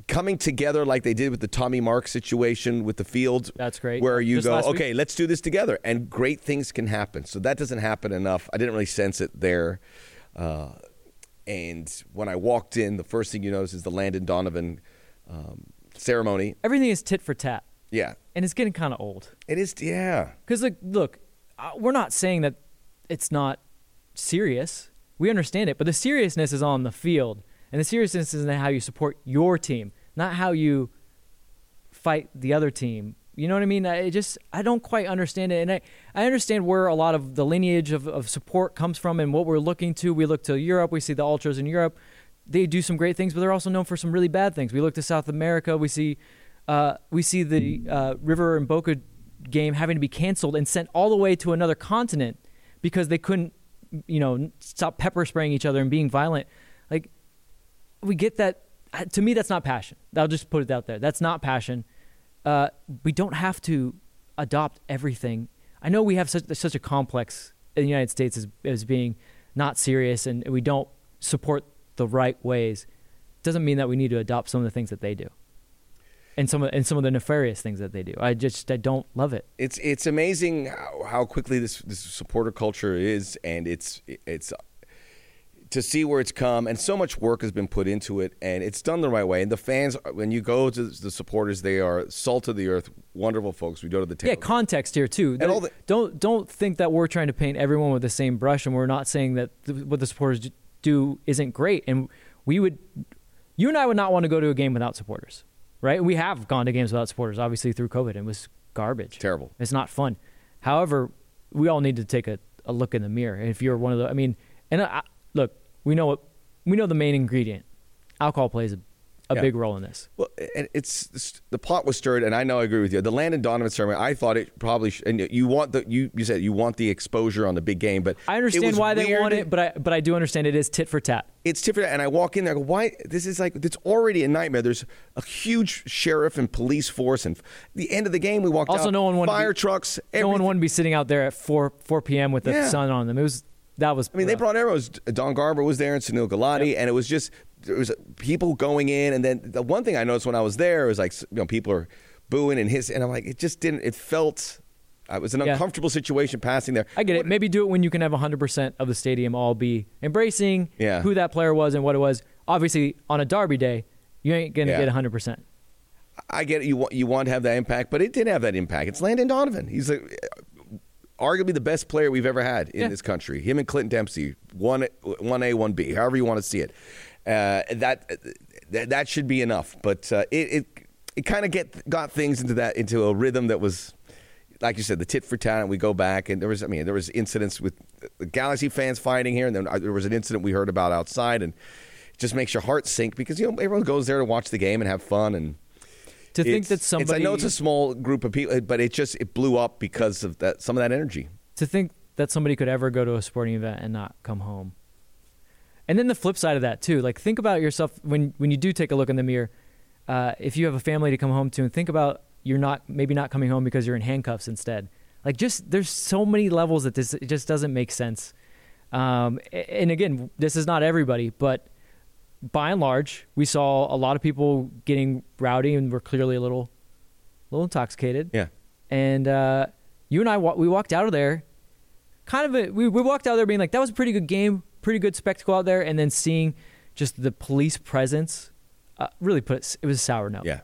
A: Coming together like they did with the Tommy Mark situation with the field.
B: That's great.
A: Where you
B: Just
A: go,
B: last week.
A: okay, let's do this together, and great things can happen. So that doesn't happen enough. I didn't really sense it there. Uh, and when I walked in, the first thing you notice is the Landon Donovan um, ceremony.
B: everything is tit for tat,
A: Yeah,
B: and it's getting kind of old.
A: it is. Yeah,
B: Because look, look, uh, we're not saying that it's not serious. We understand it, but the seriousness is on the field, and the seriousness is in how you support your team, not how you fight the other team. You know what I mean? I it just I don't quite understand it, and I, I understand where a lot of the lineage of, of support comes from and what we're looking to. We look to Europe. We see the ultras in Europe. They do some great things, but they're also known for some really bad things. We look to South America. We see uh, we see the uh, River and Boca game having to be canceled and sent all the way to another continent because they couldn't you know stop pepper spraying each other and being violent. Like we get that. uh, To me, that's not passion. I'll just put it out there. That's not passion. Uh, we don't have to adopt everything. I know we have such such a complex in the United States as as being not serious, and we don't support the right ways. Doesn't mean that we need to adopt some of the things that they do, and some of, and some of the nefarious things that they do. I just I don't love it.
A: it's it's amazing how, how quickly this this supporter culture is, and it's it's to see where it's come, and so much work has been put into it, and it's done the right way. And the fans, when you go to the supporters, they are salt of the earth, wonderful folks. We go to the table.
B: Yeah, context here too. There-
A: all the-
B: don't don't think that we're trying to paint everyone with the same brush, and we're not saying that th- what the supporters d- do isn't great. And we would, you and I would not want to go to a game without supporters, right? We have gone to games without supporters, obviously through COVID, and it was garbage,
A: Terrible.
B: It's not fun. However, we all need to take a, a look in the mirror. If you're one of the, I mean, and I, I- look, we know what we know the main ingredient. Alcohol plays a, a
A: Yeah.
B: big role in this.
A: Well, and it's the pot was stirred, and I know I agree with you. The Landon Donovan ceremony, I thought it probably, sh- and you want the you you said you want the exposure on the big game, but
B: I
A: it
B: understand
A: was
B: why they
A: weird.
B: want it, but I but I do understand it is tit for tat.
A: it's different. And I walk in there, I go, why? This is like, it's already a nightmare. There's a huge sheriff and police force. And f- the end of the game, we walked
B: Also,
A: out,
B: no one wanted to
A: fire
B: be-
A: trucks.
B: no one
A: everything.
B: wanted to be sitting out there at four four p.m. with the
A: Yeah.
B: sun on them. It was that was.
A: I mean, they brought arrows. Don Garber was there and Sunil Galati, and it was just there was people going in. And then the one thing I noticed when I was there was like, you know, people are booing and hiss, and I'm like, it just didn't. It felt uh, it was an
B: Yeah.
A: uncomfortable situation passing there.
B: I get it. Maybe do it when you can have 100% of the stadium all be embracing
A: Yeah.
B: who that player was and what it was. Obviously, on a derby day, you ain't going to
A: Yeah.
B: get 100%.
A: I get it. You want you want to have that impact, but it did have that impact. It's Landon Donovan. He's a, arguably the best player we've ever had in
B: Yeah.
A: this country. Him and Clinton Dempsey, one one A, one B, however you want to see it. Uh, that, that that should be enough. But uh, it it, it kind of get got things into that into a rhythm that was. Like you said, the tit for tat, and we go back, and there was—I mean, there was incidents with the Galaxy fans fighting here, and then uh, there was an incident we heard about outside, and it just makes your heart sink because you know everyone goes there to watch the game and have fun, and
B: To think
A: it's-
B: that
A: it's- I
B: somebody
A: know it's a small group of people, but it just it blew up because of that some of that energy.
B: to think that somebody could ever go to a sporting event and not come home. And then the flip side of that too, like think about yourself when when you do take a look in the mirror. Uh, if you have a family to come home to, and think about you're not maybe not coming home because you're in handcuffs instead. Like just there's so many levels that this it just doesn't make sense. Um, a- and again, this is not everybody, but by and large, we saw a lot of people getting rowdy and were clearly a little, a little intoxicated
A: Yeah,
B: and uh, you and I wa- we walked out of there, kind of a, we we walked out of there being like that was a pretty good game, pretty good spectacle out there, and then seeing just the police presence uh, really put it, it was a sour note.
A: yeah.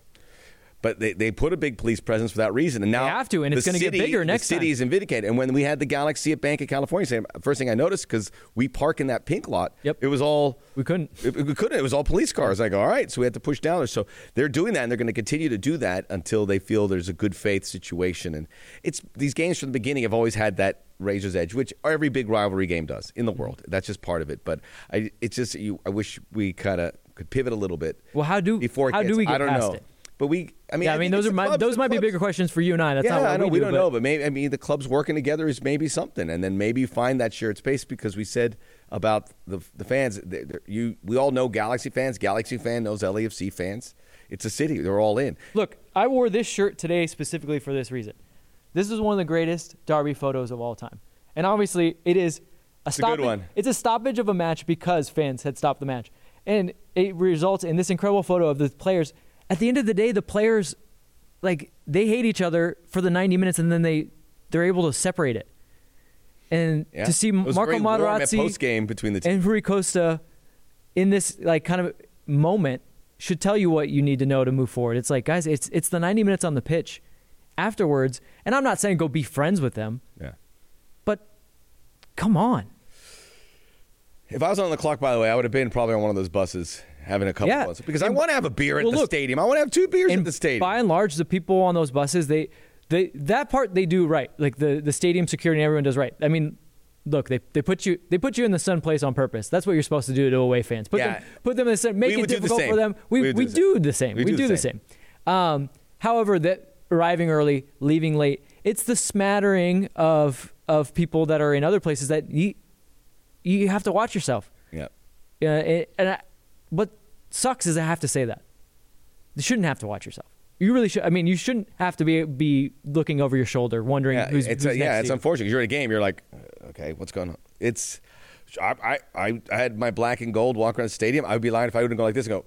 A: But they, they put a big police presence for that reason, and now
B: They have to, and it's
A: the
B: gonna get
A: city-
B: bigger next
A: The city
B: time.
A: is vindicated. And when we had the Galaxy at Bank of California, same- first thing I noticed because we park in that pink lot,
B: Yep.
A: it was all
B: We couldn't.
A: it, we couldn't. It was all police cars. I go, all right. So we had to push down there. So they're doing that, and they're going to continue to do that until they feel there's a good faith situation. And it's these games from the beginning have always had that razor's edge, which every big rivalry game does in the
B: Mm-hmm.
A: world. That's just part of it. But I, it's just you. I wish we kind of could pivot a little bit.
B: Well, how do-
A: before it
B: how do
A: gets-
B: we get
A: I don't
B: past
A: know.
B: it?
A: But we. I mean,
B: yeah, I
A: think
B: mean those
A: it's
B: are
A: the
B: my,
A: clubs,
B: those
A: the
B: might be
A: clubs
B: bigger questions for you and I. That's
A: yeah,
B: not what
A: I know.
B: we,
A: We,
B: do,
A: don't
B: but
A: know, but maybe I mean the clubs working together is maybe something, and then maybe find that shared space because we said about the the fans. they- they're- You, we all know Galaxy fans. Galaxy fan knows LAFC fans. It's a city. They're all in.
B: Look, I wore this shirt today specifically for this reason. This is one of the greatest derby photos of all time. And obviously, it is a
A: a good
B: stoppage.
A: one.
B: It's a stoppage of a match because fans had stopped the match. And it results in this incredible photo of the players. At the end of the day, the players like they hate each other for the 90 minutes and then they they're able to separate it. And
A: Yeah.
B: to see
A: It was
B: Marco
A: very warm at
B: Materazzi
A: post-game between the two.
B: and Rui Costa in this like kind of moment should tell you what you need to know to move forward. It's like guys, it's it's the 90 minutes on the pitch afterwards, and I'm not saying go be friends with them,
A: Yeah.
B: but come on.
A: If I was on the clock, by the way, I would have been probably on one of those buses having a couple
B: Yeah.
A: ones because I
B: And-
A: want to have a beer at
B: Well,
A: the
B: look,
A: stadium. I want to have two beers at
B: And
A: the stadium.
B: by and large, the people on those buses, they they that part they do right. Like the the stadium security and everyone does right. I mean, look, they they put you they put you in the sun place on purpose. That's what you're supposed to do to away fans. Put
A: Yeah.
B: them put them in the sun, make
A: We
B: it
A: would do the
B: difficult
A: same.
B: for them. We we, do, the same. We, do, the same. Um, however, that arriving early, leaving late, it's the smattering of of people that are in other places that you you have to watch yourself.
A: yeah.
B: Yeah, and, and I, what sucks is I have to say that you shouldn't have to watch yourself. You really should. I mean, you shouldn't have to be be looking over your shoulder, wondering
A: Yeah,
B: who's,
A: it's
B: who's
A: uh,
B: next
A: yeah,
B: to
A: it's
B: you.
A: unfortunate. 'cause You're in a game. You're like, uh, okay, what's going on? It's, I, I, I, I had my black and gold walk around the stadium. I would be lying if I wouldn't go like this and go,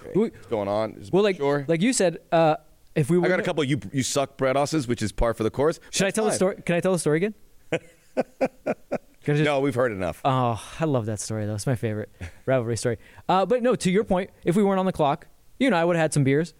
A: okay,
B: We-
A: what's going on? Is-
B: well, like
A: sure.
B: like you said, uh, if we were
A: I got a couple. Of you you suck breadosses, which is par for the course.
B: Should I
A: That's
B: tell the
A: fine.
B: story? Can I tell the story again? Can I just-
A: No, we've heard enough.
B: Oh, I love that story though. It's my favorite rivalry story. Uh, but no, to your point, if we weren't on the clock, you and I would have had some beers.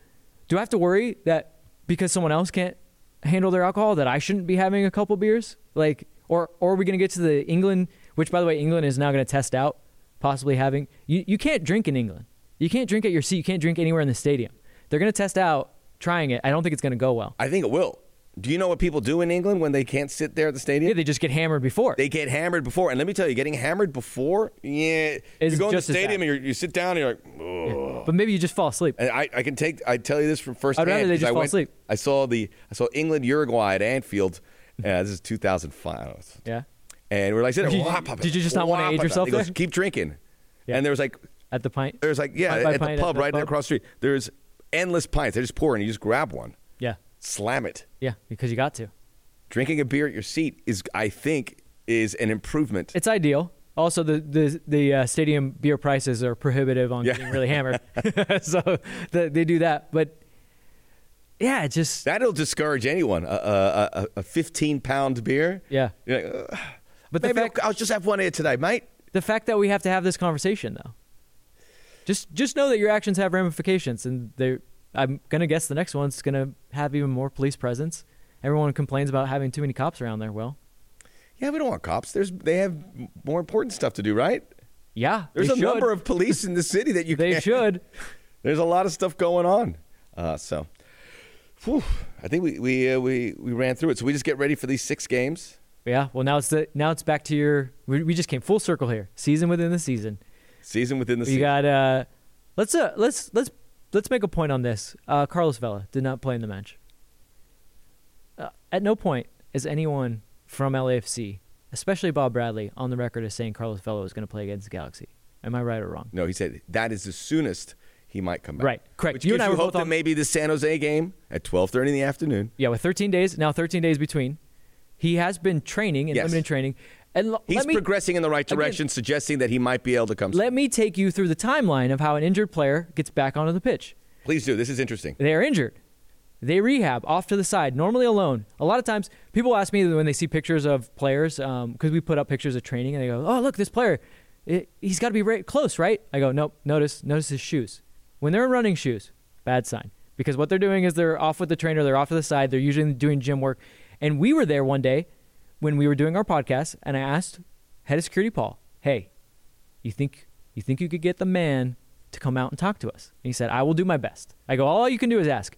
B: Do I have to worry that because someone else can't handle their alcohol that I shouldn't be having a couple beers? Like, or or are we gonna get to the England? Which, by the way, England is now gonna test out possibly having. You you can't drink in England. You can't drink at your seat. You can't drink anywhere in the stadium. They're gonna test out trying it. I don't think it's gonna go well.
A: I think it will. Do you know what people do in England when they can't sit there at the stadium?
B: Yeah, they just get hammered before.
A: They get hammered before, and let me tell you, getting hammered before, yeah,
B: Is
A: you go in the
B: just as bad.
A: stadium and you're, you sit down and you're like, "Ugh."
B: but maybe you just fall asleep.
A: And I, I can take. I tell you this from first.
B: I'd rather they just
A: I
B: fall
A: went-
B: asleep.
A: I saw the. I saw England Uruguay at Anfield. Uh, this is 2005.
B: Yeah.
A: And we're like,
B: Did you- did you just not wanna age yourself
A: He goes,
B: there?
A: keep drinking.
B: Yeah.
A: And there was like,
B: At the pint.
A: there's like, yeah,
B: Pint by
A: at the
B: pint
A: pub right there across the street. There's endless pints. They just pour and you just grab one,
B: Yeah.
A: slam it.
B: Yeah, because you got to.
A: Drinking a beer at your seat is, I think, is an improvement.
B: It's ideal. Also, the the the uh, stadium beer prices are prohibitive on
A: Yeah.
B: getting really hammered, so the, they do that. But yeah, it just
A: That'll discourage anyone. A- A a- a 15 pound beer.
B: Yeah.
A: You're like, "Ugh,
B: But the
A: maybe
B: fact-
A: I'll, I'll just have one here today, mate.
B: the fact that we have to have this conversation though. Just just know that your actions have ramifications, and they I'm gonna guess the next one's gonna have even more police presence. Everyone complains about having too many cops around there. Well,
A: Yeah, we don't want cops. There's they have more important stuff to do, right?
B: yeah,
A: There's
B: they
A: a
B: should.
A: number of police in the city that you
B: they
A: can't-
B: should.
A: There's a lot of stuff going on. Uh, so, whew, I think we we, uh, we we ran through it. So we just get ready for these six games.
B: Yeah. Well, now it's the now it's back to your. We, we just came full circle here. Season within the season.
A: Season within the
B: You
A: season.
B: got uh, let's uh, let's let's let's make a point on this. Uh, Carlos Vela did not play in the match. Uh, at no point is anyone from LAFC, especially Bob Bradley, on the record as saying Carlos Vela was going to play against the Galaxy. Am I right or wrong?
A: no, he said that is the soonest he might come back.
B: Right, correct.
A: Which
B: You
A: gives
B: and I
A: you
B: were
A: hope
B: both
A: that
B: on-
A: maybe the San Jose game at 12:30 in the afternoon.
B: Yeah, with 13 days now, 13 days between, he has been training and
A: Yes.
B: limited training. And l-
A: He's
B: let me,
A: progressing in the right
B: again-
A: direction, suggesting that he might be able to come.
B: Let me take you through the timeline of how an injured player gets back onto the pitch.
A: Please do. This is interesting.
B: They are injured. They rehab off to the side, normally alone. A lot of times, people ask me when they see pictures of players, because we put up pictures of training, and they go, "Oh, look, this player, it, he's got to be right close, right?" I go, "Nope. Notice, notice his shoes. When they're in running shoes, bad sign, because what they're doing is they're off with the trainer, they're off to the side, they're usually doing gym work." And we were there one day when we were doing our podcast, and I asked head of security Paul, "Hey, you think you think you could get the man to come out and talk to us? And he said, I will do my best. I go, all you can do is ask.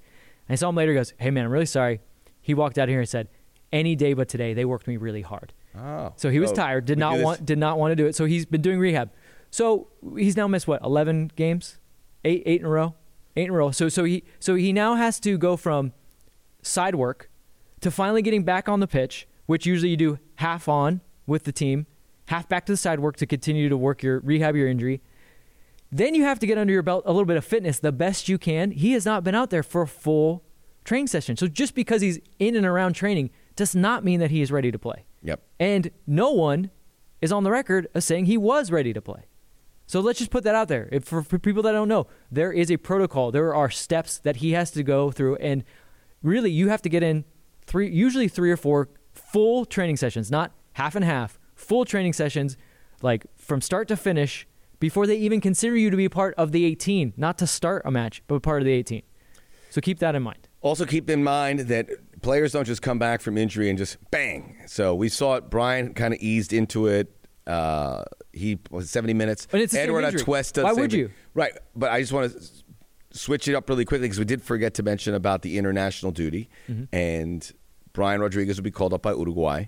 B: And I saw him later. He goes, hey man, I'm really sorry. He walked out here and said, any day but today, they worked me really hard.
A: Oh,
B: So he was
A: Oh,
B: tired, did
A: we do
B: not
A: this-
B: want did not want to do it. So he's been doing rehab. So he's now missed what eleven games, eight eight in a row, eight in a row. So so he so he now has to go from side work to finally getting back on the pitch, which usually you do half on with the team, half back to the side work to continue to work your rehab your injury. Then you have to get under your belt a little bit of fitness the best you can. He has not been out there for a full training session. So just because he's in and around training does not mean that he is ready to play.
A: Yep.
B: And no one is on the record as saying he was ready to play. So let's just put that out there. If, for, for people that don't know, there is a protocol. There are steps that he has to go through, and really, you have to get in three, usually three or four full training sessions, not half and half. Full training sessions, like from start to finish, before they even consider you to be part of the 18. Not to start a match, but part of the 18. So keep that in mind.
A: Also, keep in mind that players don't just come back from injury and just bang. So we saw it. Brian kind of eased into it. Uh, he was 70 minutes.
B: But it's the same
A: Edward
B: injury.
A: Atuesta.
B: Why
A: same
B: would
A: thing.
B: you?
A: Right. But I just want to switch it up really quickly because we did forget to mention about the international duty. And Brian Rodriguez will be called up by Uruguay.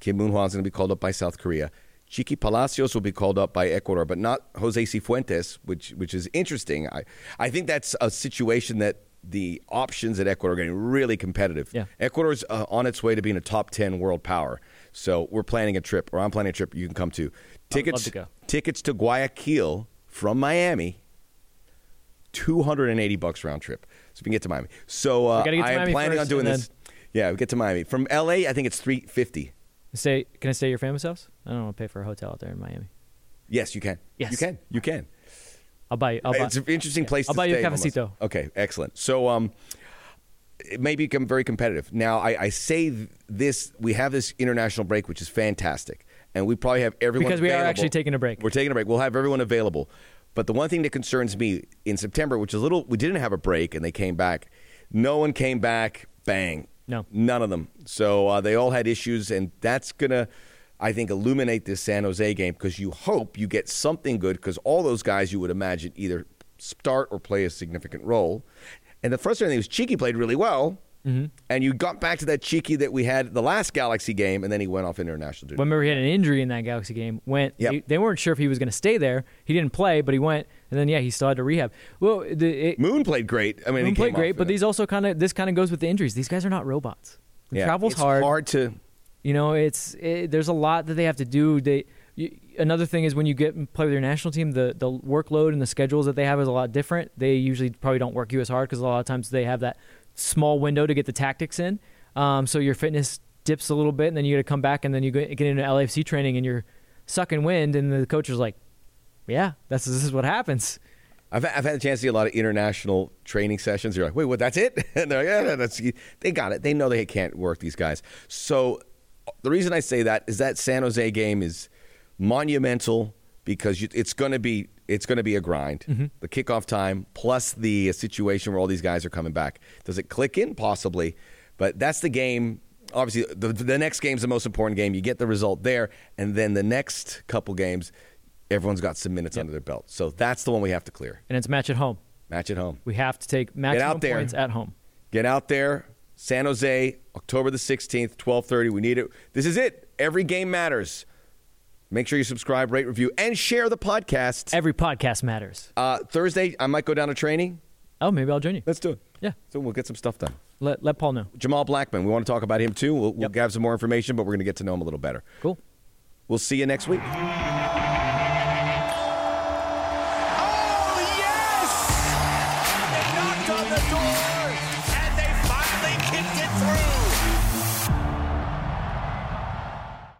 A: Kim Moon Hwan's going to be called up by South Korea. Chiqui Palacios will be called up by Ecuador, but not Jose Cifuentes, which which is interesting. I, I think that's a situation that the options at Ecuador are getting really competitive.
B: Yeah.
A: Ecuador's uh, on its way to being a top 10 world power. So we're planning a trip, or I'm planning a trip you can come to. Tickets,
B: to go.
A: tickets to Guayaquil from Miami, 280 bucks round trip. So we can get to Miami. So uh,
B: We gotta get to
A: I am
B: Miami
A: planning on
B: first,
A: doing
B: and
A: this. Yeah, we get to Miami. From LA, I think it's 350.
B: Stay, can I stay at your family's house? I don't want to pay for a hotel out there in Miami.
A: Yes, you can.
B: Yes.
A: You can. You can.
B: I'll buy. I'll buy.
A: it's an interesting place
B: I'll
A: to
B: buy you a
A: stay, Mombasa.
B: cafecito.
A: Okay, excellent. So um, it may become very competitive. Now, I, I say th- this, we have this international break, which is fantastic. And we probably have everyone
B: Because we are
A: available.
B: actually taking a break.
A: We're taking a break. We'll have everyone available. But the one thing that concerns me in September, which is a little, we didn't have a break and they came back. No one came back. Bang.
B: No.
A: None of them. So uh, they all had issues, and that's going to, I think, illuminate this San Jose game because you hope you get something good because all those guys you would imagine either start or play a significant role. And the frustrating thing was Cheeky played really well,
B: Mm-hmm.
A: and you got back to that Cheeky that we had the last Galaxy game, and then he went off international duty.
B: Remember, he had an injury in that Galaxy game. Went.
A: Yep.
B: They, they weren't sure if he was going to stay there. He didn't play, but he went, and then yeah, he still had to rehab. Well, the, it,
A: Moon played great. I mean, he
B: Moon played
A: came
B: great,
A: off,
B: but
A: you know.
B: these also kind of this kind of goes with the injuries. These guys are not robots. It
A: Yeah.
B: travels
A: It's hard to
B: You know, it's it, there's a lot that they have to do. They you, another thing is when you get and play with your national team, the the workload and the schedules that they have is a lot different. They usually probably don't work you as hard because a lot of times they have that small window to get the tactics in. Um, so your fitness dips a little bit, and then you got to come back, and then you get, get into LAFC training, and you're sucking wind, and the coach is like, "Yeah, that's this is what happens."
A: I've, I've had a chance to see a lot of international training sessions. You're like, wait, what? That's it? And they're like, yeah, yeah, that's they got it. They know they can't work these guys. So the reason I say that is that San Jose game is monumental because you, it's going to be it's going to be a grind. The kickoff time plus the situation where all these guys are coming back. Does it click in? Possibly. But that's the game. Obviously, the, the next game's the most important game. You get the result there. And then the next couple games, everyone's got some minutes under their belt. So that's the one we have to clear.
B: and it's match at home.
A: Match at home.
B: We have to take maximum
A: out there.
B: points at home.
A: Get out there. San Jose, October the 16th, 12:30. We need it. This is it. Every game matters. Make sure you subscribe, rate, review, and share the podcast.
B: Every podcast matters.
A: Uh, Thursday, I might go down to training.
B: Oh, maybe I'll join you.
A: Let's do it.
B: Yeah.
A: So we'll get some stuff done.
B: Let let Paul know.
A: Jamal Blackman, we want to talk about him too. We'll, we'll
B: Yep.
A: have some more information, but we're going to get to know him a little better.
B: Cool.
A: We'll see you next week.